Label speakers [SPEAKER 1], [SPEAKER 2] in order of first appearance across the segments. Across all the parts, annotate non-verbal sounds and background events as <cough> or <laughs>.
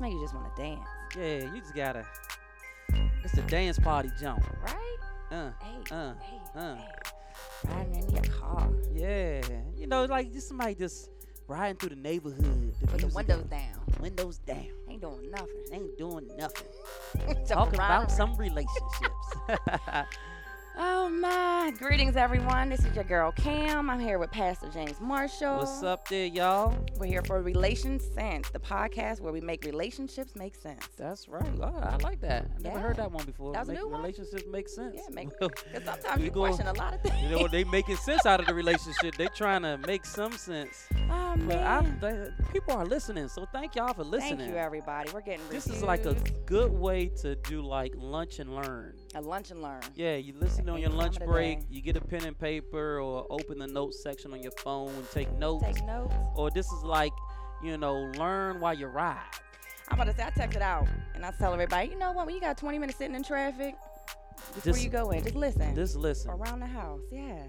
[SPEAKER 1] make you just want to dance,
[SPEAKER 2] Yeah, you just gotta. It's a dance party jump.
[SPEAKER 1] right?
[SPEAKER 2] Uh,
[SPEAKER 1] Hey,
[SPEAKER 2] uh,
[SPEAKER 1] hey,
[SPEAKER 2] uh.
[SPEAKER 1] hey. Riding in your car
[SPEAKER 2] yeah. You know, like just somebody just riding through the neighborhood. The
[SPEAKER 1] with the
[SPEAKER 2] music
[SPEAKER 1] windows
[SPEAKER 2] on,
[SPEAKER 1] down,
[SPEAKER 2] windows down.
[SPEAKER 1] ain't doing nothing. <laughs>
[SPEAKER 2] Ain't doing nothing.
[SPEAKER 1] Just
[SPEAKER 2] Talking
[SPEAKER 1] riding
[SPEAKER 2] about some relationships.
[SPEAKER 1] <laughs> Oh my! Greetings, everyone. This is your girl Cam. I'm here with Pastor James Marshall.
[SPEAKER 2] What's up there, y'all?
[SPEAKER 1] We're here for Relations Sense, the podcast where we make relationships make sense.
[SPEAKER 2] That's right. Oh, I like that. I never
[SPEAKER 1] Yeah.
[SPEAKER 2] heard that one before.
[SPEAKER 1] That was a
[SPEAKER 2] Make-
[SPEAKER 1] new one?
[SPEAKER 2] Relationships make sense. <laughs>
[SPEAKER 1] Yeah, make <laughs> because sometimes
[SPEAKER 2] You
[SPEAKER 1] you
[SPEAKER 2] go-
[SPEAKER 1] question a lot of things.
[SPEAKER 2] <laughs> you know they making sense out of the relationship. They trying to make some sense.
[SPEAKER 1] <laughs> oh
[SPEAKER 2] But I,
[SPEAKER 1] man!
[SPEAKER 2] they, people are listening, so thank y'all for listening.
[SPEAKER 1] Thank you, everybody. We're getting
[SPEAKER 2] This is like a <laughs>
[SPEAKER 1] reviews.
[SPEAKER 2] good way to do like lunch and learn.
[SPEAKER 1] a lunch and learn.
[SPEAKER 2] Yeah, you listen on
[SPEAKER 1] Any
[SPEAKER 2] your
[SPEAKER 1] time
[SPEAKER 2] lunch
[SPEAKER 1] of the
[SPEAKER 2] break,
[SPEAKER 1] day.
[SPEAKER 2] you get a pen and paper or open the notes section on your phone and take notes.
[SPEAKER 1] Take notes.
[SPEAKER 2] Or this is like, you know, learn while you ride.
[SPEAKER 1] I'm about to say I checked it out and I tell everybody, you know what? When you got 20 minutes sitting in traffic before
[SPEAKER 2] Just-
[SPEAKER 1] you go in, just listen.
[SPEAKER 2] Just listen.
[SPEAKER 1] around the house. Yeah.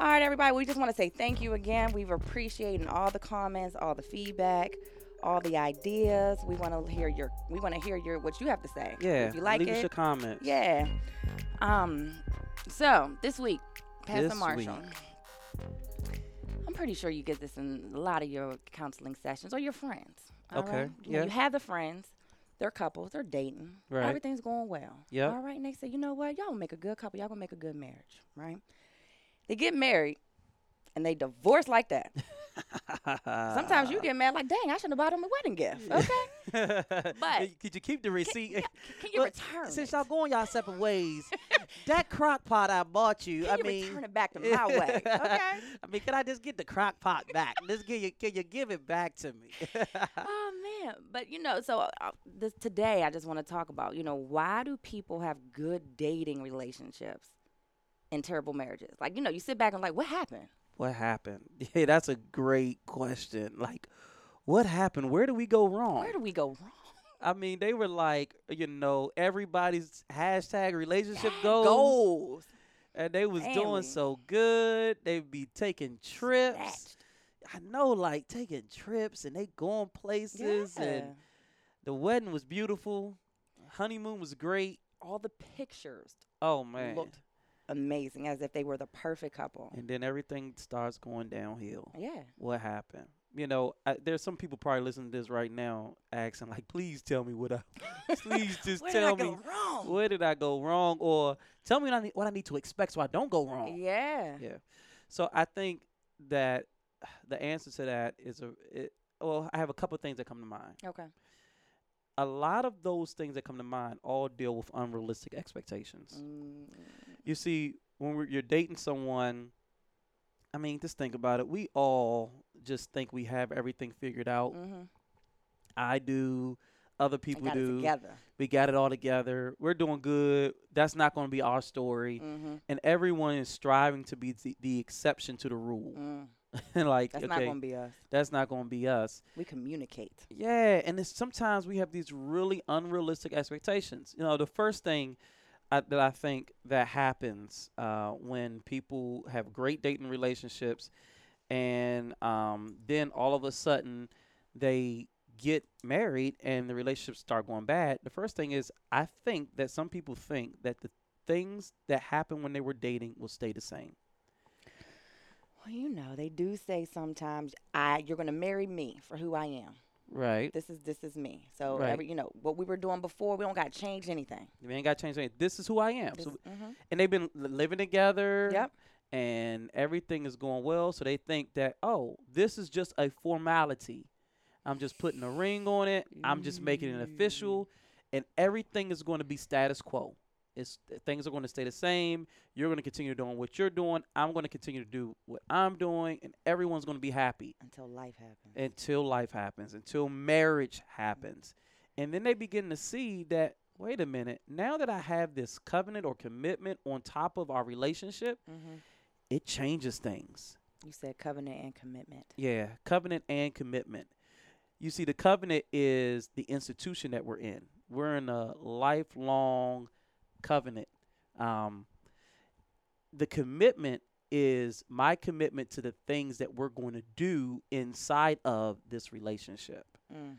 [SPEAKER 1] All right, everybody. We just want to say thank you again. We've appreciating all the comments, all the feedback, all the ideas. We want to hear your. We want to hear your what you have to say.
[SPEAKER 2] Yeah.
[SPEAKER 1] If you like
[SPEAKER 2] leave us
[SPEAKER 1] it.
[SPEAKER 2] your comments. <laughs>
[SPEAKER 1] yeah. Um. So this week, Pastor
[SPEAKER 2] This
[SPEAKER 1] Marshall. I'm pretty sure you get this in a lot of your counseling sessions or your friends. all
[SPEAKER 2] Okay,
[SPEAKER 1] right? You know,
[SPEAKER 2] yeah.
[SPEAKER 1] You have the friends. They're couples. They're dating.
[SPEAKER 2] Right.
[SPEAKER 1] Everything's going well.
[SPEAKER 2] Yep.
[SPEAKER 1] All right. And they say, you know what? Y'all gonna make a good couple. Y'all gonna make a good marriage. Right. They get married and they divorce like
[SPEAKER 2] <laughs>
[SPEAKER 1] that. Sometimes you get mad like, dang, I shouldn't have bought him a wedding
[SPEAKER 2] <laughs>
[SPEAKER 1] gift. Okay. But-
[SPEAKER 2] could you keep the <laughs> receipt?
[SPEAKER 1] Can you
[SPEAKER 2] Well,
[SPEAKER 1] return
[SPEAKER 2] Since
[SPEAKER 1] it?
[SPEAKER 2] y'all going y'all
[SPEAKER 1] <laughs>
[SPEAKER 2] separate ways, that crock pot I bought you,
[SPEAKER 1] Can
[SPEAKER 2] I
[SPEAKER 1] you
[SPEAKER 2] mean,
[SPEAKER 1] return it back to my
[SPEAKER 2] <laughs>
[SPEAKER 1] way? Okay.
[SPEAKER 2] I mean, can I just get the crock pot back? Just give you, can you give it back to me? <laughs>
[SPEAKER 1] Oh man, but you know, so uh, this, today I just want to talk about, you know, why do people have good dating relationships and terrible marriages? Like, you know, you sit back and like, what happened?
[SPEAKER 2] what happened? <laughs> Yeah, that's a great question. Like, what happened? Where did we go wrong?
[SPEAKER 1] Where do we go wrong?
[SPEAKER 2] I mean, they were like, you know, everybody's hashtag relationship goals,
[SPEAKER 1] Goals.
[SPEAKER 2] and they was doing
[SPEAKER 1] Family.
[SPEAKER 2] so good. They be taking trips.
[SPEAKER 1] Snatched.
[SPEAKER 2] I know, like taking trips, and they going places,
[SPEAKER 1] Yeah.
[SPEAKER 2] and the wedding was beautiful. Honeymoon was great.
[SPEAKER 1] All the pictures
[SPEAKER 2] Oh man!
[SPEAKER 1] looked amazing, as if they were the perfect couple.
[SPEAKER 2] And then everything starts going downhill.
[SPEAKER 1] Yeah.
[SPEAKER 2] what happened. You know, I, there's some people probably listening to this right now, asking like, "Please tell me what I, <laughs>
[SPEAKER 1] <laughs>
[SPEAKER 2] please just
[SPEAKER 1] Where
[SPEAKER 2] tell
[SPEAKER 1] did I
[SPEAKER 2] me
[SPEAKER 1] go wrong?
[SPEAKER 2] where did I go wrong, or tell me what I need, what I need to expect so I don't go wrong."
[SPEAKER 1] Yeah.
[SPEAKER 2] Yeah. So I think that <sighs> the answer to that is a. It, well, I have a couple of things that come to mind.
[SPEAKER 1] Okay.
[SPEAKER 2] A lot of those things that come to mind all deal with unrealistic expectations.
[SPEAKER 1] Mm,
[SPEAKER 2] You see, when we're, you're dating someone, I mean, just think about it. We all just think we have everything figured out.
[SPEAKER 1] mhm.
[SPEAKER 2] I do, other
[SPEAKER 1] mm-hmm. I
[SPEAKER 2] people
[SPEAKER 1] got it
[SPEAKER 2] do.
[SPEAKER 1] together.
[SPEAKER 2] we got it all together. We're doing good. That's not going to be our story.
[SPEAKER 1] Mm-hmm.
[SPEAKER 2] And everyone is striving to be the, the exception to the rule.
[SPEAKER 1] Mm.
[SPEAKER 2] And <laughs> like,
[SPEAKER 1] That's not
[SPEAKER 2] okay,
[SPEAKER 1] going to be us.
[SPEAKER 2] that's not going to be us.
[SPEAKER 1] We communicate.
[SPEAKER 2] Yeah, and it's, sometimes we have these really unrealistic expectations. You know, the first thing I, that I think that happens uh, when people have great dating relationships, and um, then all of a sudden they get married and the relationships start going bad. The first thing is I think that some people think that the things that happened when they were dating will stay the same.
[SPEAKER 1] Well, you know, they do say sometimes, "I you're going to marry me for who I am.
[SPEAKER 2] Right.
[SPEAKER 1] This is this is me." So,
[SPEAKER 2] Right.
[SPEAKER 1] every, you know, what we were doing before, we don't got to change anything.
[SPEAKER 2] We ain't got to change anything. This is who I am.
[SPEAKER 1] This-
[SPEAKER 2] So,
[SPEAKER 1] mhm.
[SPEAKER 2] and they've been li- living together.
[SPEAKER 1] Yep.
[SPEAKER 2] and everything is going well. So they think that, oh, this is just a formality. I'm just putting a ring on it. I'm just making it official, and everything is going to be status quo. It's things are going to stay the same. You're going to continue doing what you're doing. I'm going to continue to do what I'm doing, and everyone's going to be happy
[SPEAKER 1] Until life happens.
[SPEAKER 2] until life happens, until marriage happens. And then they begin to see that, wait a minute, now that I have this covenant or commitment on top of our relationship,
[SPEAKER 1] Mhm.
[SPEAKER 2] it changes things.
[SPEAKER 1] You said covenant and commitment.
[SPEAKER 2] Yeah, covenant and commitment. You see, the covenant is the institution that we're in. We're in a lifelong covenant. Um, the commitment is my commitment to the things that we're going to do inside of this relationship.
[SPEAKER 1] Mm.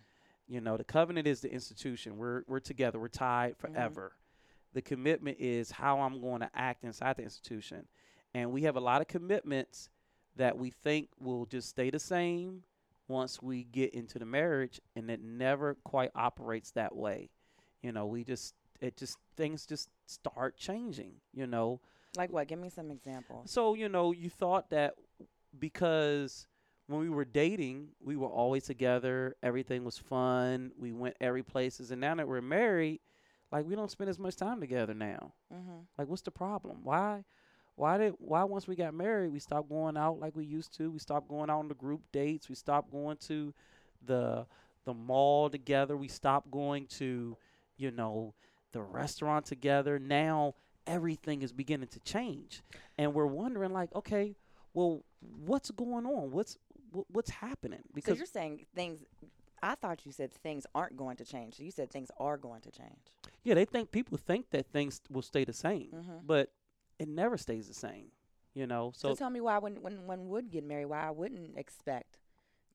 [SPEAKER 2] You know, the covenant is the institution. We're we're together. We're tied forever. The commitment is how I'm going to act inside the institution, and we have a lot of commitments that we think will just stay the same once we get into the marriage, and it never quite operates that way. You know, we just it just things just start changing. You know,
[SPEAKER 1] Like what? Give me some examples.
[SPEAKER 2] so, you know, you thought that because when we were dating, we were always together, everything was fun, we went every places, and now that we're married, like we don't spend as much time together now.
[SPEAKER 1] Mm-hmm.
[SPEAKER 2] Like what's the problem? Why why did why once we got married, we stopped going out like we used to. We stopped going out on the group dates, we stopped going to the the mall together, we stopped going to, you know, the restaurant together. Now everything is beginning to change and we're wondering like okay well what's going on what's wh- what's happening
[SPEAKER 1] So
[SPEAKER 2] because
[SPEAKER 1] you're saying things. I thought you said things aren't going to change. So you said things are going to change.
[SPEAKER 2] yeah they think people think that things will stay the same
[SPEAKER 1] Mhm.
[SPEAKER 2] but it never stays the same you know
[SPEAKER 1] So,
[SPEAKER 2] so
[SPEAKER 1] tell me why, when, when one would get married, why I wouldn't expect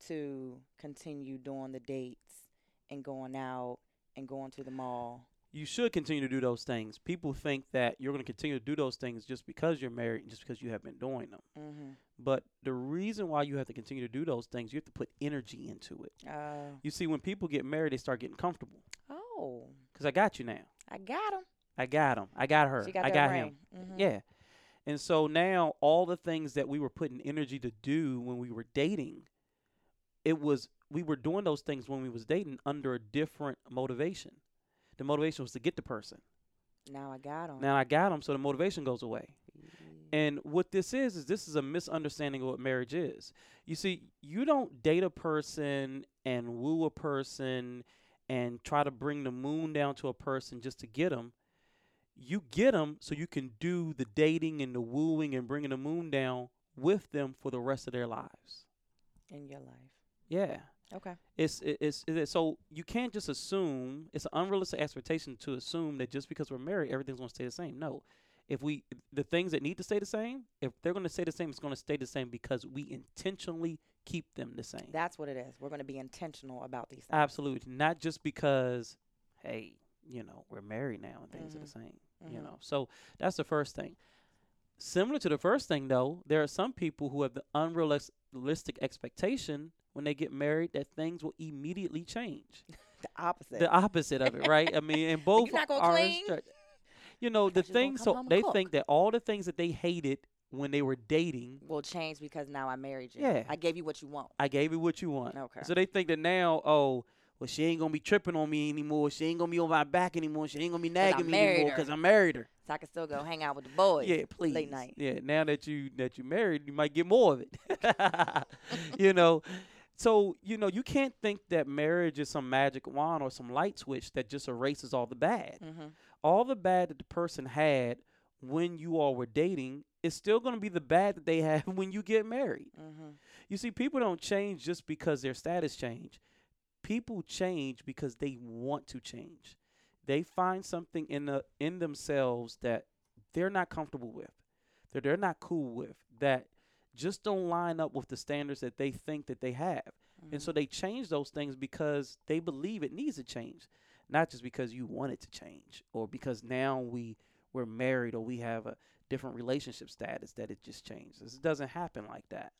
[SPEAKER 1] to continue doing the dates and going out and going to the mall.
[SPEAKER 2] you should continue to do those things people think that you're going to continue to do those things just because you're married and just because you have been doing them
[SPEAKER 1] Mm-hmm.
[SPEAKER 2] but the reason why you have to continue to do those things you have to put energy into it you see when people get married they start getting comfortable
[SPEAKER 1] Uh, oh,
[SPEAKER 2] because i got you now
[SPEAKER 1] I got him.
[SPEAKER 2] i got him i got her
[SPEAKER 1] She got
[SPEAKER 2] i
[SPEAKER 1] that
[SPEAKER 2] got him
[SPEAKER 1] ring. Mhm.
[SPEAKER 2] Yeah. And so now all the things that we were putting energy to do when we were dating, it was we were doing those things when we was dating under a different motivation. The motivation was to get the person.
[SPEAKER 1] Now I got him.
[SPEAKER 2] Now I got them, so the motivation goes away. And what this is is this is a misunderstanding of what marriage is. You see, you don't date a person and woo a person and try to bring the moon down to a person just to get them. You get them so you can do the dating and the wooing and bringing the moon down with them for the rest of their lives.
[SPEAKER 1] in your life.
[SPEAKER 2] Yeah.
[SPEAKER 1] Okay.
[SPEAKER 2] It's, it- it's it's so you can't just assume it's an unrealistic expectation to assume that just because we're married everything's going to stay the same. No, if we the things that need to stay the same, if they're going to stay the same, it's going to stay the same because we intentionally keep them the same.
[SPEAKER 1] That's what it is. We're going to be intentional about these things.
[SPEAKER 2] Absolutely, not just because hey, you know we're married now and things
[SPEAKER 1] Mhm.
[SPEAKER 2] are the same. You
[SPEAKER 1] Mhm.
[SPEAKER 2] know, so that's the first thing. Similar to the first thing, though, there are some people who have the unrealistic expectation when they get married that things will immediately change.
[SPEAKER 1] The opposite.
[SPEAKER 2] the opposite of it, right? I mean,
[SPEAKER 1] <laughs>
[SPEAKER 2] and both
[SPEAKER 1] not gonna
[SPEAKER 2] are
[SPEAKER 1] clean?
[SPEAKER 2] instru- You know,
[SPEAKER 1] Thought you
[SPEAKER 2] the
[SPEAKER 1] was gonna
[SPEAKER 2] thing.
[SPEAKER 1] come
[SPEAKER 2] So
[SPEAKER 1] home and
[SPEAKER 2] they
[SPEAKER 1] cook.
[SPEAKER 2] think that all the things that they hated when they were dating,
[SPEAKER 1] will change because now I married you.
[SPEAKER 2] Yeah.
[SPEAKER 1] I gave you what you want.
[SPEAKER 2] I gave you what you want.
[SPEAKER 1] Okay.
[SPEAKER 2] So they think that now, oh, well, she ain't gonna be tripping on me anymore. She ain't gonna be on my back anymore. She ain't gonna be nagging me
[SPEAKER 1] married
[SPEAKER 2] anymore
[SPEAKER 1] her.
[SPEAKER 2] because I married her.
[SPEAKER 1] So I can still go hang out with the boys.
[SPEAKER 2] yeah, please.
[SPEAKER 1] night.
[SPEAKER 2] Yeah, now that you that you married, you might get more of it. <laughs> you know, so you know you can't think that marriage is some magic wand or some light switch that just erases all the bad.
[SPEAKER 1] Mm-hmm.
[SPEAKER 2] all the bad that the person had when you all were dating is still going to be the bad that they have <laughs> when you get married.
[SPEAKER 1] Mm-hmm.
[SPEAKER 2] You see, people don't change just because their status change. People change because they want to change. They find something in the in themselves that they're not comfortable with, that they're not cool with, that just don't line up with the standards that they think that they have. And so they change those things because they believe it needs to change, not just because you want it to change or because now we we're married or we have a different relationship status that it just changes. It doesn't happen like that.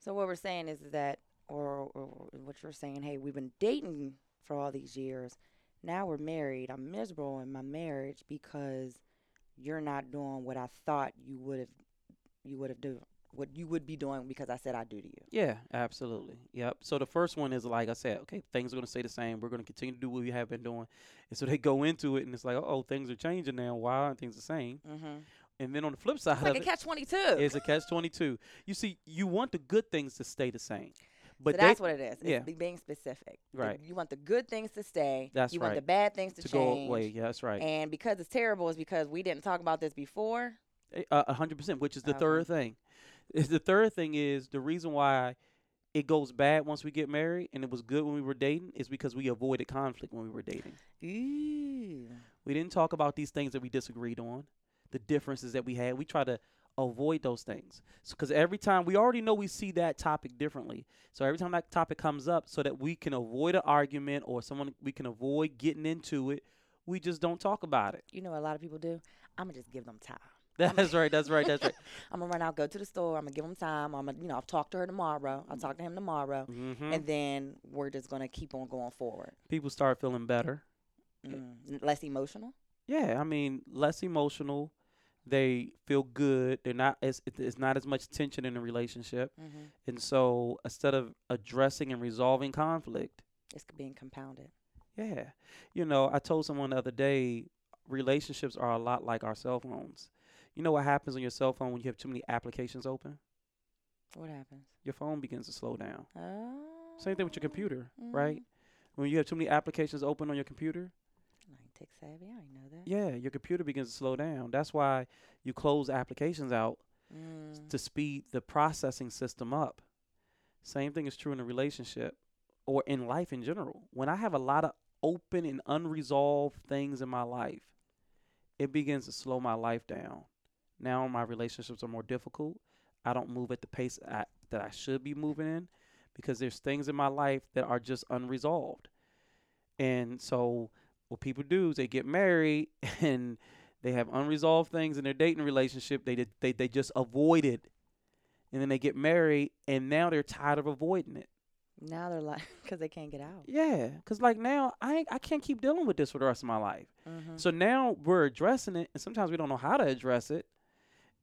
[SPEAKER 1] So what we're saying is that, or, or what you're saying, hey, we've been dating for all these years. Now we're married. I'm miserable in my marriage because you're not doing what I thought you would have, you would have do, what you would be doing because I said I do to you.
[SPEAKER 2] Yeah, absolutely. Yep. So the first one is like I said, okay, things are going to stay the same. We're going to continue to do what we have been doing. And so they go into it and it's like, oh, things are changing now. Why aren't things the same?
[SPEAKER 1] Mm-hmm.
[SPEAKER 2] And then on the flip side
[SPEAKER 1] It's like
[SPEAKER 2] of
[SPEAKER 1] a
[SPEAKER 2] it,
[SPEAKER 1] catch twenty two.
[SPEAKER 2] is a catch 22. You see, you want the good things to stay the same. But
[SPEAKER 1] so
[SPEAKER 2] they-
[SPEAKER 1] that's what it is. It's
[SPEAKER 2] yeah.
[SPEAKER 1] be- being specific. The-
[SPEAKER 2] Right.
[SPEAKER 1] you want the good things to stay.
[SPEAKER 2] That's
[SPEAKER 1] You
[SPEAKER 2] right.
[SPEAKER 1] want the bad things to,
[SPEAKER 2] to go
[SPEAKER 1] change.
[SPEAKER 2] away. Yeah, that's right.
[SPEAKER 1] And because it's terrible is because we didn't talk about this before.
[SPEAKER 2] A- Eh, uh, a a hundred percent. Which is the
[SPEAKER 1] Okay.
[SPEAKER 2] third thing. Is the third thing is the reason why it goes bad once we get married, and it was good when we were dating, is because we avoided conflict when we were dating.
[SPEAKER 1] Ooh.
[SPEAKER 2] We didn't talk about these things that we disagreed on, the differences that we had. We try to avoid those things because every time we already know we see that topic differently so every time that topic comes up so that we can avoid an argument or someone we can avoid getting into it we just don't talk about it <laughs>
[SPEAKER 1] You know what a lot of people do? I'm gonna just give them time.
[SPEAKER 2] that's right that's right that's right
[SPEAKER 1] I'm gonna run out, go to the store. I'm gonna give them time. I'm gonna, you know, I'll talk to her tomorrow. I'll talk to him tomorrow,
[SPEAKER 2] hmm
[SPEAKER 1] and then we're just gonna keep on going forward.
[SPEAKER 2] people start feeling better
[SPEAKER 1] Mm. Less emotional.
[SPEAKER 2] Yeah, I mean, less emotional. They feel good. They're not as it- it's not as much tension in a relationship,
[SPEAKER 1] Mm-hmm.
[SPEAKER 2] and so instead of addressing and resolving conflict,
[SPEAKER 1] It's being compounded.
[SPEAKER 2] yeah, you know, I told someone the other day, relationships are a lot like our cell phones. You know what happens on your cell phone when you have too many applications open?
[SPEAKER 1] What happens?
[SPEAKER 2] Your phone begins to slow down.
[SPEAKER 1] Oh.
[SPEAKER 2] Same thing with your computer,
[SPEAKER 1] Mhm.
[SPEAKER 2] right? When you have too many applications open on your computer,
[SPEAKER 1] I ain't tech savvy. I ain't know that.
[SPEAKER 2] yeah, your computer begins to slow down. That's why you close applications out s-
[SPEAKER 1] Mm.
[SPEAKER 2] to speed the processing system up. Same thing is true in a relationship or in life in general. When I have a lot of open and unresolved things in my life, it begins to slow my life down. Now my relationships are more difficult. I don't move at the pace I, that I should be moving in because there's things in my life that are just unresolved. And so what people do is they get married <laughs> and they have unresolved things in their dating relationship they did, they they just avoid it and then they get married and now they're tired of avoiding it
[SPEAKER 1] Now they're like, <laughs> because they can't get out.
[SPEAKER 2] yeah cuz like now I ain't- I can't keep dealing with this for the rest of my life
[SPEAKER 1] Mm-hmm.
[SPEAKER 2] so now we're addressing it and sometimes we don't know how to address it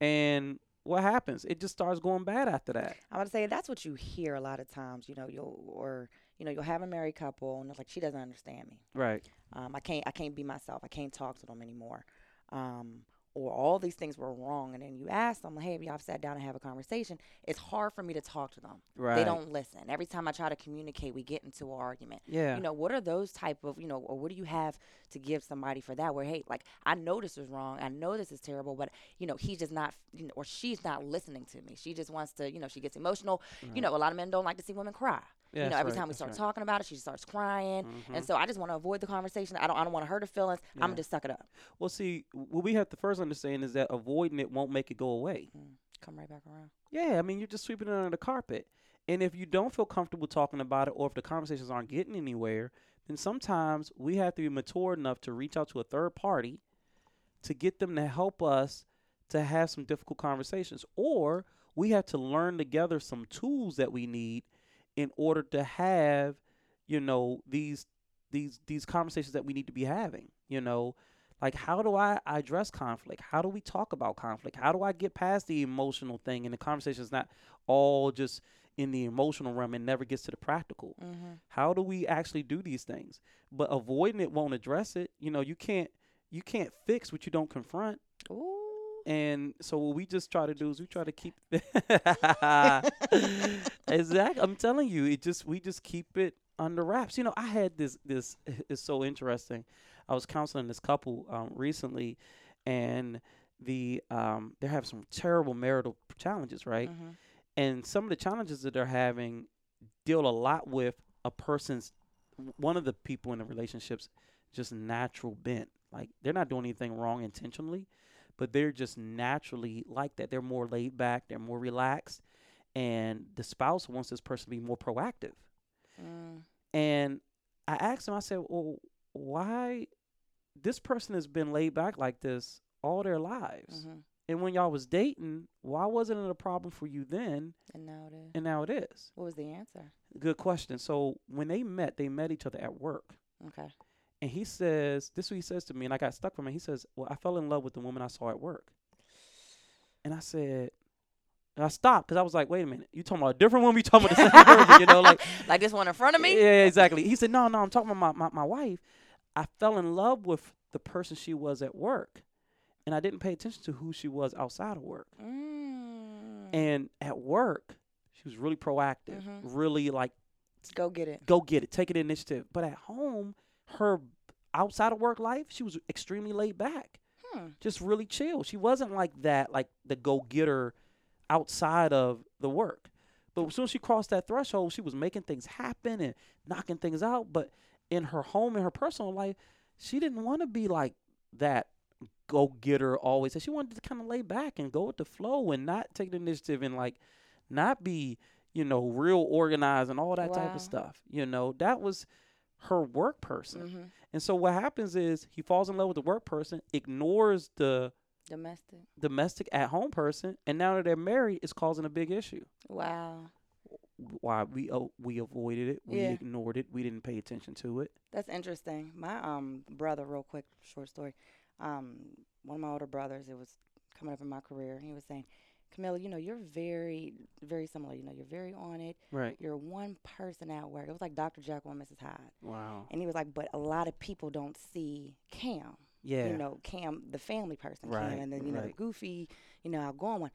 [SPEAKER 2] and what happens it just starts going bad after that
[SPEAKER 1] I would say that's what you hear a lot of times. You know, you'll or you know you'll have a married couple, and it's like she doesn't understand me.
[SPEAKER 2] right
[SPEAKER 1] Um, I can't I can't be myself. I can't talk to them anymore. Um, or all these things were wrong, and then you ask them, hey, y'all sat down and have a conversation. It's hard for me to talk to them.
[SPEAKER 2] right
[SPEAKER 1] They don't listen. Every time I try to communicate, we get into an argument.
[SPEAKER 2] yeah
[SPEAKER 1] You know, what are those type of, you know, or what do you have to give somebody for that? Where, hey, like, I know this is wrong. I know this is terrible, but, you know, he's just not, you know, or she's not listening to me. She just wants to, you know, she gets emotional. You know, a lot of men don't like to see women cry.
[SPEAKER 2] Yeah,
[SPEAKER 1] you know,
[SPEAKER 2] that's
[SPEAKER 1] every
[SPEAKER 2] right,
[SPEAKER 1] time we
[SPEAKER 2] that's
[SPEAKER 1] start
[SPEAKER 2] right.
[SPEAKER 1] talking about it, she starts crying.
[SPEAKER 2] Mhm.
[SPEAKER 1] And so I just want to avoid the conversation. I don't, I don't want to hurt her feelings. I'm
[SPEAKER 2] Yeah.
[SPEAKER 1] going to just suck it up.
[SPEAKER 2] well see what we have to first understand is that avoiding it won't make it go away
[SPEAKER 1] Come right back around.
[SPEAKER 2] Yeah, I mean, you're just sweeping it under the carpet. And if you don't feel comfortable talking about it or if the conversations aren't getting anywhere, then sometimes we have to be mature enough to reach out to a third party to get them to help us to have some difficult conversations. Or we have to learn together some tools that we need in order to have, you know, these these these conversations that we need to be having, you know, like how do i address conflict how do we talk about conflict how do i get past the emotional thing and the conversation is not all just in the emotional realm and never gets to the practical
[SPEAKER 1] Mm-hmm.
[SPEAKER 2] how do we actually do these things but avoiding it won't address it you know you can't you can't fix what you don't confront <laughs>
[SPEAKER 1] Ooh.
[SPEAKER 2] and so what we just try to do is we try to keep <laughs>
[SPEAKER 1] Mm-hmm.
[SPEAKER 2] exactly i'm telling you it just we just keep it under wraps you know i had this this <laughs> is so interesting i was counseling this couple um, recently and the um, they have some terrible marital challenges right
[SPEAKER 1] Mm-hmm.
[SPEAKER 2] and some of the challenges that they're having deal a lot with a person's one of the people in the relationships just natural bent like they're not doing anything wrong intentionally but they're just naturally like that they're more laid back they're more relaxed and the spouse wants this person to be more proactive
[SPEAKER 1] Mm.
[SPEAKER 2] and i asked him i said well why this person has been laid back like this all their lives
[SPEAKER 1] Mm-hmm.
[SPEAKER 2] and when y'all was dating why wasn't it a problem for you then
[SPEAKER 1] And now it is.
[SPEAKER 2] and now it is
[SPEAKER 1] What was the answer?
[SPEAKER 2] Good question. So when they met, they met each other at work. <laughs>
[SPEAKER 1] Okay.
[SPEAKER 2] And he says, this is what he says to me, and I got stuck from it. He says, Well, I fell in love with the woman I saw at work. And I said, and I stopped because I was like, wait a minute, you talking about a different woman, you talking about the same
[SPEAKER 1] <laughs>
[SPEAKER 2] person, <laughs> you know, like
[SPEAKER 1] Like this one in front of me?
[SPEAKER 2] Yeah, exactly. He said, No, no, I'm talking about my, my, my wife. I fell in love with the person she was at work. And I didn't pay attention to who she was outside of work.
[SPEAKER 1] Mm.
[SPEAKER 2] And at work, she was really proactive,
[SPEAKER 1] Mhm.
[SPEAKER 2] really like
[SPEAKER 1] Go get it.
[SPEAKER 2] go get it, take it initiative. But at home, her outside of work life, she was extremely laid back,
[SPEAKER 1] Hmm.
[SPEAKER 2] just really chill. She wasn't like that, like the go getter outside of the work. But as soon as she crossed that threshold, she was making things happen and knocking things out. But in her home and her personal life, she didn't want to be like that go getter always. And she wanted to kind of lay back and go with the flow and not take the initiative and like not be, you know, real organized and all that type
[SPEAKER 1] Wow.
[SPEAKER 2] of stuff. You know, that was her work person.
[SPEAKER 1] hmm
[SPEAKER 2] And so what happens is he falls in love with the work person, ignores the
[SPEAKER 1] Domestic.
[SPEAKER 2] domestic at home person, and now that they're married, it's causing a big issue.
[SPEAKER 1] Wow.
[SPEAKER 2] Why we oh, we avoided it, we
[SPEAKER 1] Yeah.
[SPEAKER 2] ignored it, we didn't pay attention to it.
[SPEAKER 1] That's interesting. My um brother, real quick, short story. Um, one of my older brothers, it was coming up in my career, and he was saying, Camilla, you know, you're very, very similar. You know, you're very on it.
[SPEAKER 2] Right.
[SPEAKER 1] You're one person at work. It was like Dr. Jekyll and Mrs. Hyde.
[SPEAKER 2] Wow.
[SPEAKER 1] And he was like, but a lot of people don't see Cam.
[SPEAKER 2] Yeah.
[SPEAKER 1] You know, Cam, the family person,
[SPEAKER 2] Right,
[SPEAKER 1] Cam, and then, you know, the
[SPEAKER 2] right.
[SPEAKER 1] goofy, you know, outgoing one.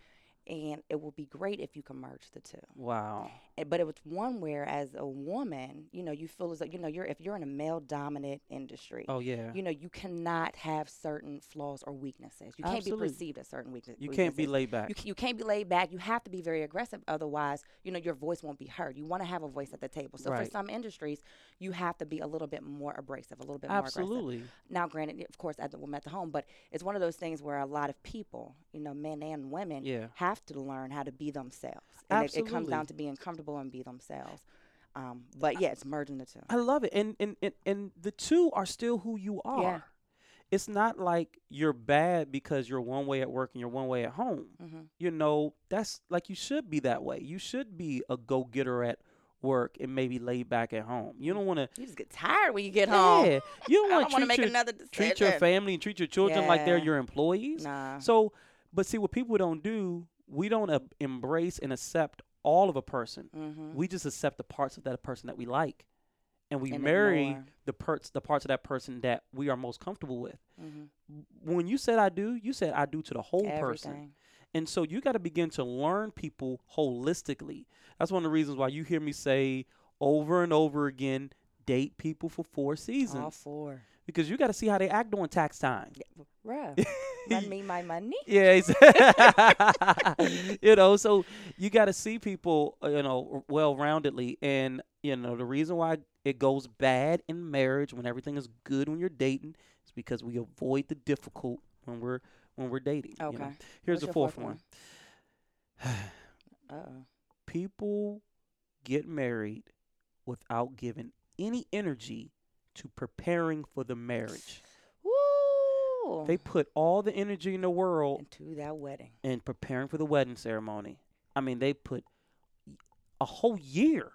[SPEAKER 1] And it will be great if you can merge the two.
[SPEAKER 2] Wow.
[SPEAKER 1] Eh, but it was one where as a woman you know you feel as though you know you're if you're in a male dominant industry
[SPEAKER 2] Oh yeah. You,
[SPEAKER 1] you know you cannot have certain flaws or weaknesses you can't
[SPEAKER 2] Absolutely.
[SPEAKER 1] be perceived as certain weakness,
[SPEAKER 2] can't be
[SPEAKER 1] weaknesses.
[SPEAKER 2] laid back.
[SPEAKER 1] you, ca- you can't be laid back you have to be very aggressive otherwise you know your voice won't be heard you want to have a voice at the table so
[SPEAKER 2] Right.
[SPEAKER 1] for some industries you have to be a little bit more abrasive a little bit more aggressive
[SPEAKER 2] Absolutely.
[SPEAKER 1] now granted of course at the woman at the home but it's one of those things where a lot of people you know men and women
[SPEAKER 2] Yeah.
[SPEAKER 1] have to learn how to be themselves and it, it comes
[SPEAKER 2] Absolutely.
[SPEAKER 1] down to being comfortable and be themselves um, but yeah it's merging the two
[SPEAKER 2] I love it. And and and, and the two are still who you are. It's not like you're bad because you're one way at work and you're one way at home.
[SPEAKER 1] Mhm.
[SPEAKER 2] You know, that's like you should be that way. You should be a go getter at work and maybe laid back at home. You don't want to.
[SPEAKER 1] you just get tired when you get home
[SPEAKER 2] Yeah, you
[SPEAKER 1] i don't
[SPEAKER 2] don't want to
[SPEAKER 1] want to
[SPEAKER 2] treat
[SPEAKER 1] make
[SPEAKER 2] your
[SPEAKER 1] another decision
[SPEAKER 2] treat your family and treat your children like they're
[SPEAKER 1] Yeah.
[SPEAKER 2] your employees.
[SPEAKER 1] nah
[SPEAKER 2] So, but see what people don't do. We don't uh, embrace and accept all of a person.
[SPEAKER 1] mm-hmm.
[SPEAKER 2] We just accept the parts of that person that we like, and we marry the parts the parts of that person that we are most comfortable with.
[SPEAKER 1] mm-hmm.
[SPEAKER 2] When you said I do, you said I do to the whole person. And so you got to begin to learn people holistically. That's one of the reasons why you hear me say over and over again date people for four seasons
[SPEAKER 1] all <laughs> four
[SPEAKER 2] because you got to see how they act during
[SPEAKER 1] <laughs>
[SPEAKER 2] tax time.
[SPEAKER 1] Bruh, my me my money
[SPEAKER 2] <laughs> Yeah, it's- <laughs> you know, so you got to see people, uh, you know, well roundedly. And, you know, the reason why it goes bad in marriage when everything is good when you're dating is because we avoid the difficult when we're when we're dating. you know.
[SPEAKER 1] okay
[SPEAKER 2] Here's
[SPEAKER 1] What's
[SPEAKER 2] the
[SPEAKER 1] your
[SPEAKER 2] fourth,
[SPEAKER 1] fourth one? <sighs>
[SPEAKER 2] one.
[SPEAKER 1] uh-oh
[SPEAKER 2] people get married without giving any energy to preparing for the marriage.
[SPEAKER 1] Woo!
[SPEAKER 2] They put all the energy in the world
[SPEAKER 1] into that wedding
[SPEAKER 2] in preparing for the wedding ceremony. I mean, they put a whole year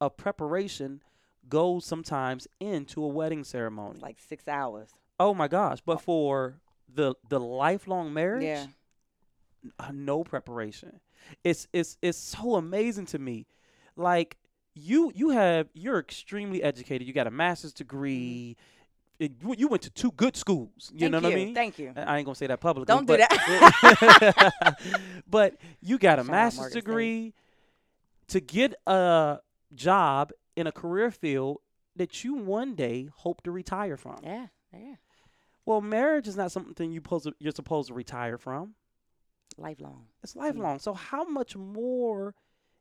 [SPEAKER 2] of preparation goes sometimes into a wedding ceremony.
[SPEAKER 1] like six hours
[SPEAKER 2] oh my gosh, but for the the lifelong marriage,
[SPEAKER 1] yeah
[SPEAKER 2] uh, no preparation. It's it's it's so amazing to me. Like you you have you're extremely educated. You got a master's degree. It- you, you went to two good schools.
[SPEAKER 1] Mm-hmm.
[SPEAKER 2] You
[SPEAKER 1] thank
[SPEAKER 2] know
[SPEAKER 1] you.
[SPEAKER 2] what I mean?
[SPEAKER 1] thank you
[SPEAKER 2] I- I ain't gonna say that publicly.
[SPEAKER 1] Don't do
[SPEAKER 2] but, that.
[SPEAKER 1] <laughs>
[SPEAKER 2] <laughs> but you got a
[SPEAKER 1] Shout out
[SPEAKER 2] master's
[SPEAKER 1] Morgan State.
[SPEAKER 2] degree to get a job in a career field that you one day hope to retire from.
[SPEAKER 1] yeah yeah
[SPEAKER 2] Well, marriage is not something you supposed to, you're supposed to retire from.
[SPEAKER 1] lifelong
[SPEAKER 2] It's lifelong. So how much more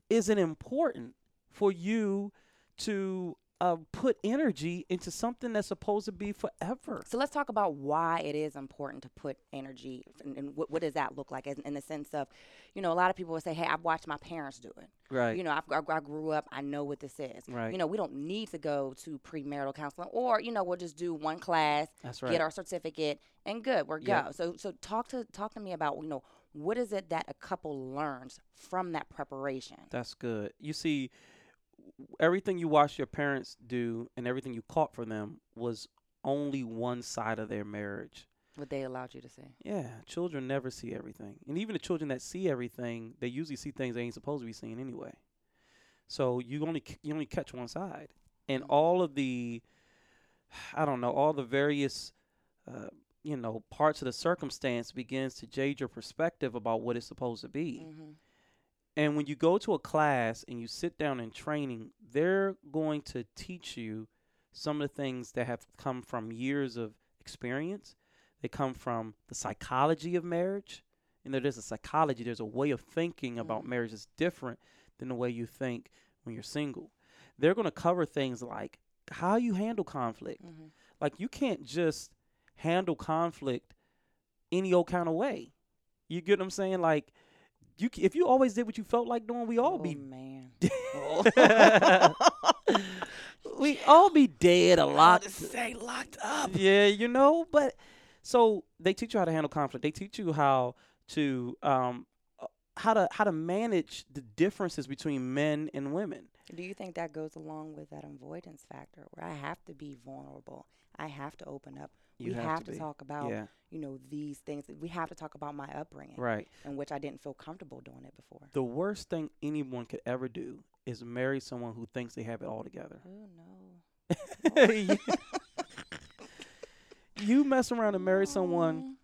[SPEAKER 2] is it important for you to uh, put energy into something that's supposed to be forever?
[SPEAKER 1] So let's talk about why it is important to put energy f- and, and what, what does that look like in, in the sense of, you know, a lot of people will say, hey, I've watched my parents do it.
[SPEAKER 2] Right.
[SPEAKER 1] You know, I've, I, I grew up, I know what this is.
[SPEAKER 2] Right.
[SPEAKER 1] You know, we don't need to go to premarital counseling or, you know, we'll just do one class,
[SPEAKER 2] that's right.
[SPEAKER 1] get our certificate, and good, we're
[SPEAKER 2] Yep.
[SPEAKER 1] go. So, so talk to talk to me about, you know, what is it that a couple learns from that preparation?
[SPEAKER 2] That's good. You see, w- everything you watched your parents do and everything you caught from them was only one side of their marriage.
[SPEAKER 1] What they allowed you to see?
[SPEAKER 2] Yeah, children never see everything. And even the children that see everything, they usually see things they ain't supposed to be seeing anyway. So you only c- you only catch one side. And
[SPEAKER 1] Mhm.
[SPEAKER 2] all of the <sighs> I don't know, all the various uh, you know, parts of the circumstance begins to jade your perspective about what it's supposed to be.
[SPEAKER 1] Mm-hmm.
[SPEAKER 2] And when you go to a class and you sit down in training, they're going to teach you some of the things that have come from years of experience. They come from the psychology of marriage. You know, there's a psychology, there's a way of thinking about
[SPEAKER 1] Mhm.
[SPEAKER 2] marriage that's different than the way you think when you're single. They're going to cover things like how you handle conflict.
[SPEAKER 1] Mm-hmm.
[SPEAKER 2] Like, you can't just handle conflict any old kind of way. You get what I'm saying? Like, you c- if you always did what you felt like doing, we all
[SPEAKER 1] oh,
[SPEAKER 2] be <laughs>
[SPEAKER 1] man. <laughs> Oh,
[SPEAKER 2] we all be dead a lot.
[SPEAKER 1] say locked up.
[SPEAKER 2] Yeah, you know, but so they teach you how to handle conflict. They teach you how to um uh, how to how to manage the differences between men and women.
[SPEAKER 1] Do you think that goes along with that avoidance factor where I have to be vulnerable? I have to open up. we have, to,
[SPEAKER 2] be.
[SPEAKER 1] talk about,
[SPEAKER 2] Yeah,
[SPEAKER 1] you know, these things. We have to talk about my upbringing
[SPEAKER 2] right.
[SPEAKER 1] in which I didn't feel comfortable doing it before.
[SPEAKER 2] The worst thing anyone could ever do is marry someone who thinks they have it
[SPEAKER 1] <laughs>
[SPEAKER 2] all together.
[SPEAKER 1] Oh, no.
[SPEAKER 2] you, you mess around and marry someone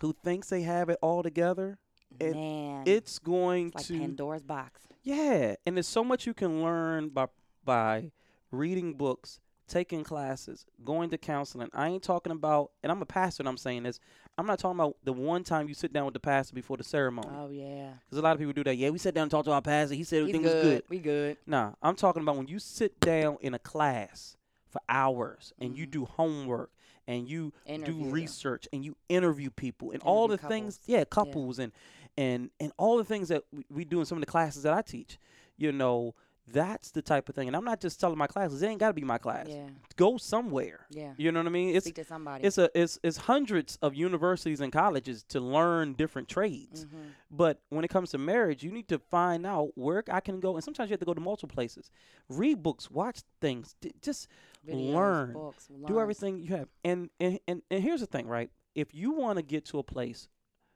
[SPEAKER 2] who thinks they have it all together, it-
[SPEAKER 1] man,
[SPEAKER 2] it's going
[SPEAKER 1] like
[SPEAKER 2] to
[SPEAKER 1] Pandora's box.
[SPEAKER 2] Yeah, and there's so much you can learn by by reading books, taking classes, going to counseling. I ain't talking about, and I'm a pastor, and I'm saying this. I'm not talking about the one time you sit down with the pastor before the ceremony,
[SPEAKER 1] Oh yeah,
[SPEAKER 2] because a lot of people do that. Yeah, we sat down and talked to our pastor. He said
[SPEAKER 1] He's
[SPEAKER 2] everything was good.
[SPEAKER 1] We good.
[SPEAKER 2] Nah, I'm talking about when you sit down in a class for hours and you
[SPEAKER 1] Mhm.
[SPEAKER 2] do homework and you
[SPEAKER 1] Interview
[SPEAKER 2] do
[SPEAKER 1] them.
[SPEAKER 2] research and you interview people and all the
[SPEAKER 1] Interview
[SPEAKER 2] things yeah couples and and and all the things that we, we do in some of the classes that i teach you know that's the type of thing and i'm not just telling my classes it ain't got to be my class
[SPEAKER 1] Yeah,
[SPEAKER 2] go somewhere
[SPEAKER 1] yeah.
[SPEAKER 2] you know what i mean it's
[SPEAKER 1] Speak to somebody.
[SPEAKER 2] it's a it's it's hundreds of universities and colleges to learn different trades
[SPEAKER 1] Mhm.
[SPEAKER 2] but when it comes to marriage, you need to find out where I can go, and sometimes you have to go to multiple places. Read books, watch things, d- just
[SPEAKER 1] Videos,
[SPEAKER 2] learn.
[SPEAKER 1] Books, learn.
[SPEAKER 2] do everything you have. And and and, and here's the thing, right? If you want to get to a place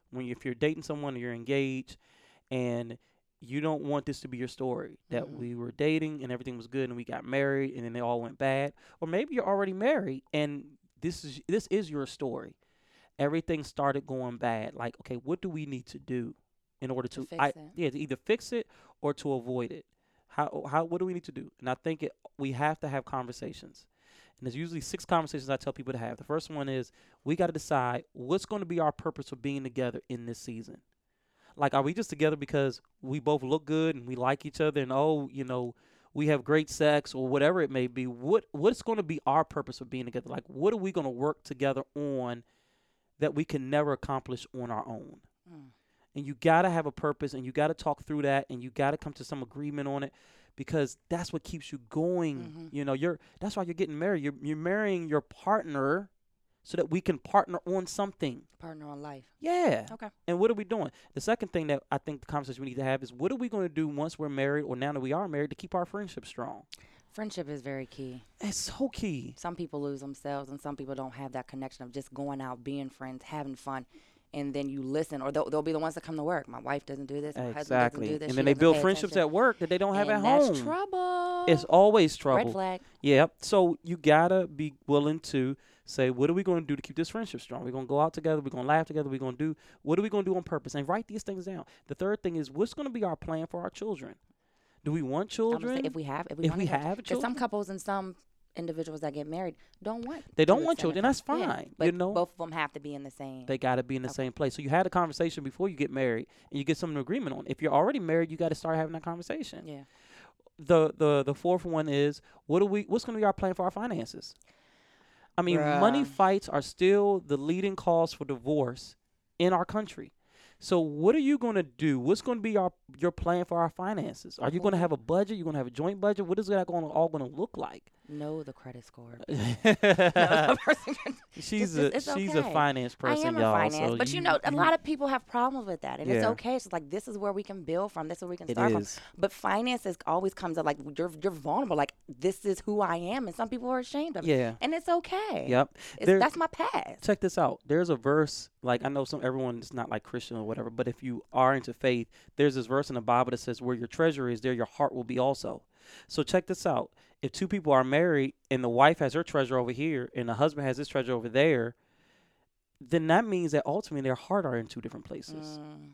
[SPEAKER 2] when you, if you're dating someone or you're engaged, and you don't want this to be your story that
[SPEAKER 1] Mhm.
[SPEAKER 2] we were dating and everything was good and we got married and then it all went bad, or maybe you're already married and this is this is your story. Everything started going bad. Like, okay, what do we need to do in order to,
[SPEAKER 1] To fix
[SPEAKER 2] I,
[SPEAKER 1] it.
[SPEAKER 2] yeah to either fix it or to avoid it? How how what do we need to do? And I think it, we have to have conversations. And there's usually six conversations I tell people to have. The first one is we got to decide what's going to be our purpose for being together in this season. Like, are we just together because we both look good and we like each other and oh, you know, we have great sex or whatever it may be? What what's going to be our purpose for being together? Like, what are we going to work together on that we can never accomplish on our own?
[SPEAKER 1] Mm.
[SPEAKER 2] and you gotta have a purpose and you gotta talk through that and you gotta come to some agreement on it because that's what keeps you going
[SPEAKER 1] Mhm.
[SPEAKER 2] you know you're that's why you're getting married you're, you're marrying your partner so that we can partner on something
[SPEAKER 1] Partner on life.
[SPEAKER 2] yeah
[SPEAKER 1] Okay.
[SPEAKER 2] and what are we doing the second thing that i think the conversation we need to have is what are we going to do once we're married or now that we are married to keep our friendship strong
[SPEAKER 1] Friendship is very key.
[SPEAKER 2] it's so key
[SPEAKER 1] Some people lose themselves, and some people don't have that connection of just going out, being friends, having fun, and then you listen. Or they'll, they'll be the ones that come to work. My wife doesn't do this. My husband doesn't
[SPEAKER 2] exactly
[SPEAKER 1] do this.
[SPEAKER 2] and
[SPEAKER 1] she
[SPEAKER 2] then they
[SPEAKER 1] doesn't
[SPEAKER 2] build
[SPEAKER 1] pay
[SPEAKER 2] friendships
[SPEAKER 1] attention.
[SPEAKER 2] at work that they don't have
[SPEAKER 1] and
[SPEAKER 2] at
[SPEAKER 1] that's
[SPEAKER 2] home
[SPEAKER 1] trouble.
[SPEAKER 2] it's always trouble
[SPEAKER 1] red flag.
[SPEAKER 2] Yep. So you gotta be willing to say, what are we gonna do to keep this friendship strong? We're gonna go out together, we're gonna laugh together, we're gonna do what are we gonna do on purpose? And write these things down. The third thing is what's gonna be our plan for our children? Do we want
[SPEAKER 1] I'm gonna
[SPEAKER 2] children?
[SPEAKER 1] say if we have, if we,
[SPEAKER 2] If
[SPEAKER 1] want
[SPEAKER 2] we
[SPEAKER 1] to have,
[SPEAKER 2] have
[SPEAKER 1] because
[SPEAKER 2] children,
[SPEAKER 1] some couples and some individuals that get married don't want.
[SPEAKER 2] they don't
[SPEAKER 1] two
[SPEAKER 2] want
[SPEAKER 1] extended
[SPEAKER 2] children. That's
[SPEAKER 1] families. Yeah,
[SPEAKER 2] fine.
[SPEAKER 1] but
[SPEAKER 2] you know,
[SPEAKER 1] both of them have to be in the same.
[SPEAKER 2] they gotta be in the
[SPEAKER 1] Okay.
[SPEAKER 2] same place. So you had a conversation before you get married, and you get some agreement on. it. If you're already married, you gotta start having that conversation.
[SPEAKER 1] yeah.
[SPEAKER 2] the the the fourth one is what do we what's going to be our plan for our finances i mean money
[SPEAKER 1] Bruh.
[SPEAKER 2] fights are still the leading cause for divorce in our country so what are you going to do what's going to be our your plan for our finances are you going to have a budget you going to have a joint budget what is that going to all going to look
[SPEAKER 1] <laughs>
[SPEAKER 2] like <laughs>
[SPEAKER 1] Know the credit score. <laughs>
[SPEAKER 2] she's
[SPEAKER 1] It's-
[SPEAKER 2] a
[SPEAKER 1] it's
[SPEAKER 2] she's a
[SPEAKER 1] okay.
[SPEAKER 2] finance
[SPEAKER 1] I
[SPEAKER 2] <laughs> person
[SPEAKER 1] am a
[SPEAKER 2] y'all
[SPEAKER 1] finance,
[SPEAKER 2] so
[SPEAKER 1] but you know, a lot of people have problems with that, and it's
[SPEAKER 2] Yeah.
[SPEAKER 1] okay. It's just like this is where we can build from. This is where we can
[SPEAKER 2] it
[SPEAKER 1] start from.
[SPEAKER 2] is
[SPEAKER 1] But finances always comes up like you're you're vulnerable. Like this is who I am, and some people are ashamed of it,
[SPEAKER 2] yeah
[SPEAKER 1] and it's okay.
[SPEAKER 2] yep
[SPEAKER 1] It's-
[SPEAKER 2] There-
[SPEAKER 1] that's my past.
[SPEAKER 2] check this out. There's a verse like I know some everyone is not like Christian or whatever, but if you are into faith, there's this verse in the Bible that says, "Where your treasure is, there your heart will be also." So check this out. If two people are married and the wife has her treasure over here and the husband has his treasure over there, then that means that ultimately their heart are in two different places.
[SPEAKER 1] Mm.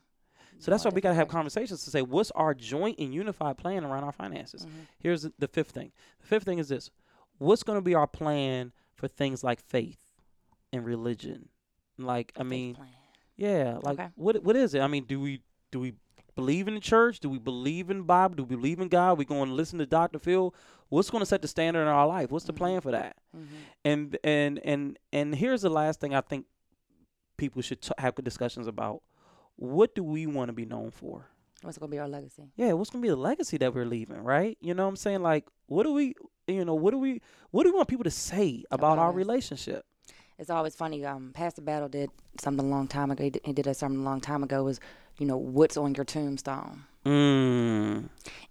[SPEAKER 2] So that's why
[SPEAKER 1] Y'all
[SPEAKER 2] we got to have
[SPEAKER 1] different
[SPEAKER 2] conversations to say, what's our joint and unified plan around our finances?
[SPEAKER 1] Mhm.
[SPEAKER 2] Here's the, the fifth thing. The fifth thing is this what's going to be our plan for things like faith and religion? Like, I
[SPEAKER 1] Faith
[SPEAKER 2] mean,
[SPEAKER 1] plan.
[SPEAKER 2] yeah, like
[SPEAKER 1] Okay.
[SPEAKER 2] what what is it? I mean, do we do we believe in the church? Do we believe in Bible? Do we believe in God? we going to listen to Dr. Phil? What's going to set the standard in our life? What's the
[SPEAKER 1] Mhm.
[SPEAKER 2] plan for that?
[SPEAKER 1] Mhm.
[SPEAKER 2] And and and and here's the last thing I think people should t- have good discussions about what do we want to be known for?
[SPEAKER 1] What's gonna be our legacy?
[SPEAKER 2] Yeah, what's gonna be the legacy that we're leaving, right? You know what I'm saying? Like, what do we, you know, what do we, what do we want people to say about
[SPEAKER 1] About
[SPEAKER 2] our
[SPEAKER 1] us.
[SPEAKER 2] relationship?
[SPEAKER 1] It's always funny. Um, Pastor Battle did something a long time ago. He did, he did a sermon a long time ago. Was you know what's on your tombstone,
[SPEAKER 2] Mm.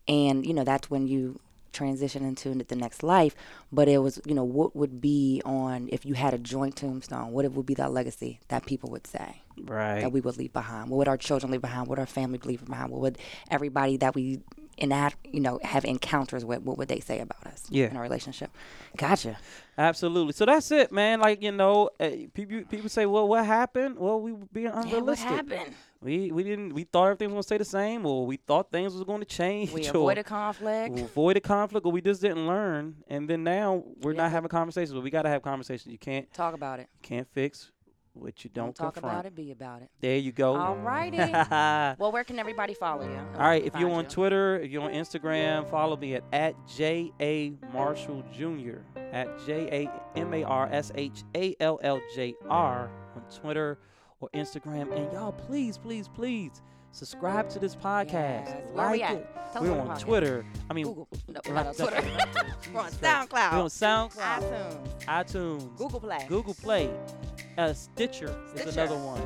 [SPEAKER 1] and you know that's when you transition into the next life. But it was you know what would be on if you had a joint tombstone. What it would be that legacy that people would say
[SPEAKER 2] Right.
[SPEAKER 1] that we would leave behind. What would our children leave behind? What would our family leave behind? What would everybody that we enact you know have encounters with? What would they say about us?
[SPEAKER 2] Yeah.
[SPEAKER 1] in our relationship. Gotcha.
[SPEAKER 2] Absolutely. So that's it, man. Like you know, uh, people people say, "Well, what happened?" Well, we were being
[SPEAKER 1] Yeah, what
[SPEAKER 2] unrealistic. <laughs>
[SPEAKER 1] happened?
[SPEAKER 2] we we didn't. We thought everything was gonna stay the same, or we thought things was gonna change.
[SPEAKER 1] We
[SPEAKER 2] <laughs> or
[SPEAKER 1] avoided conflict.
[SPEAKER 2] we avoided conflict, or we just didn't learn, and then now we're
[SPEAKER 1] Yeah.
[SPEAKER 2] not having conversations. But we gotta have conversations. You can't
[SPEAKER 1] Talk about it.
[SPEAKER 2] you can't fix what you don't,
[SPEAKER 1] talk
[SPEAKER 2] confront. Oh.
[SPEAKER 1] about it. Be about it.
[SPEAKER 2] There you go.
[SPEAKER 1] All righty. <laughs>
[SPEAKER 2] <laughs> All
[SPEAKER 1] well, where can everybody follow you?
[SPEAKER 2] right. If you're
[SPEAKER 1] Find
[SPEAKER 2] on
[SPEAKER 1] you.
[SPEAKER 2] Twitter, if you're on Instagram, follow me at at J A Marshall Jr. at J A M A R S H A L L J R on Twitter or Instagram. And y'all, please, please, please subscribe to this podcast.
[SPEAKER 1] Yes. Where
[SPEAKER 2] like
[SPEAKER 1] we at?
[SPEAKER 2] it.
[SPEAKER 1] Tell us
[SPEAKER 2] we're
[SPEAKER 1] where
[SPEAKER 2] on
[SPEAKER 1] we at.
[SPEAKER 2] Twitter. I mean,
[SPEAKER 1] Google. No,
[SPEAKER 2] we're
[SPEAKER 1] we're not on Twitter. <laughs> we're on SoundCloud.
[SPEAKER 2] We're on SoundCloud,
[SPEAKER 1] iTunes.
[SPEAKER 2] iTunes,
[SPEAKER 1] Google Play.
[SPEAKER 2] Google Play, uh, Stitcher, is
[SPEAKER 1] Stitcher.
[SPEAKER 2] another one.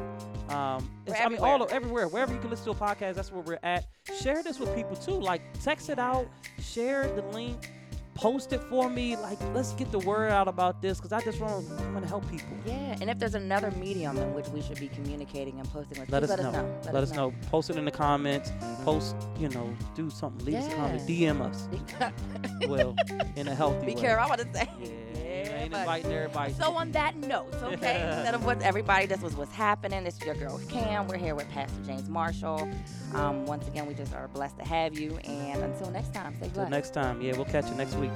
[SPEAKER 2] Um, it's,
[SPEAKER 1] We're
[SPEAKER 2] I mean,
[SPEAKER 1] everywhere.
[SPEAKER 2] all o- everywhere, wherever you can listen to a podcast, that's where we're at. Share this with people too. Like, text it out, share the link, post it for me. Like, let's get the word out about this because I just want to help people.
[SPEAKER 1] Yeah, and if there's another medium in which we should be communicating and posting with,
[SPEAKER 2] Let
[SPEAKER 1] please
[SPEAKER 2] us, know. Let, us know. Post it in the comments. Post, you know, do something. Leave us a comment.
[SPEAKER 1] Yeah.
[SPEAKER 2] DM us. Well, <laughs> in a
[SPEAKER 1] <laughs>
[SPEAKER 2] healthy
[SPEAKER 1] Be
[SPEAKER 2] way.
[SPEAKER 1] careful. I want to say.
[SPEAKER 2] Yeah.
[SPEAKER 1] Yeah,
[SPEAKER 2] ain't
[SPEAKER 1] buddy.
[SPEAKER 2] inviting everybody. to
[SPEAKER 1] So
[SPEAKER 2] the
[SPEAKER 1] on that note, okay, instead of what everybody, this was what's happening. This is your girl Cam. We're here with Pastor James Marshall. Um, once again, we just are blessed to have you. And until next time, stay
[SPEAKER 2] Till
[SPEAKER 1] blessed.
[SPEAKER 2] next time. Yeah, we'll catch you next week.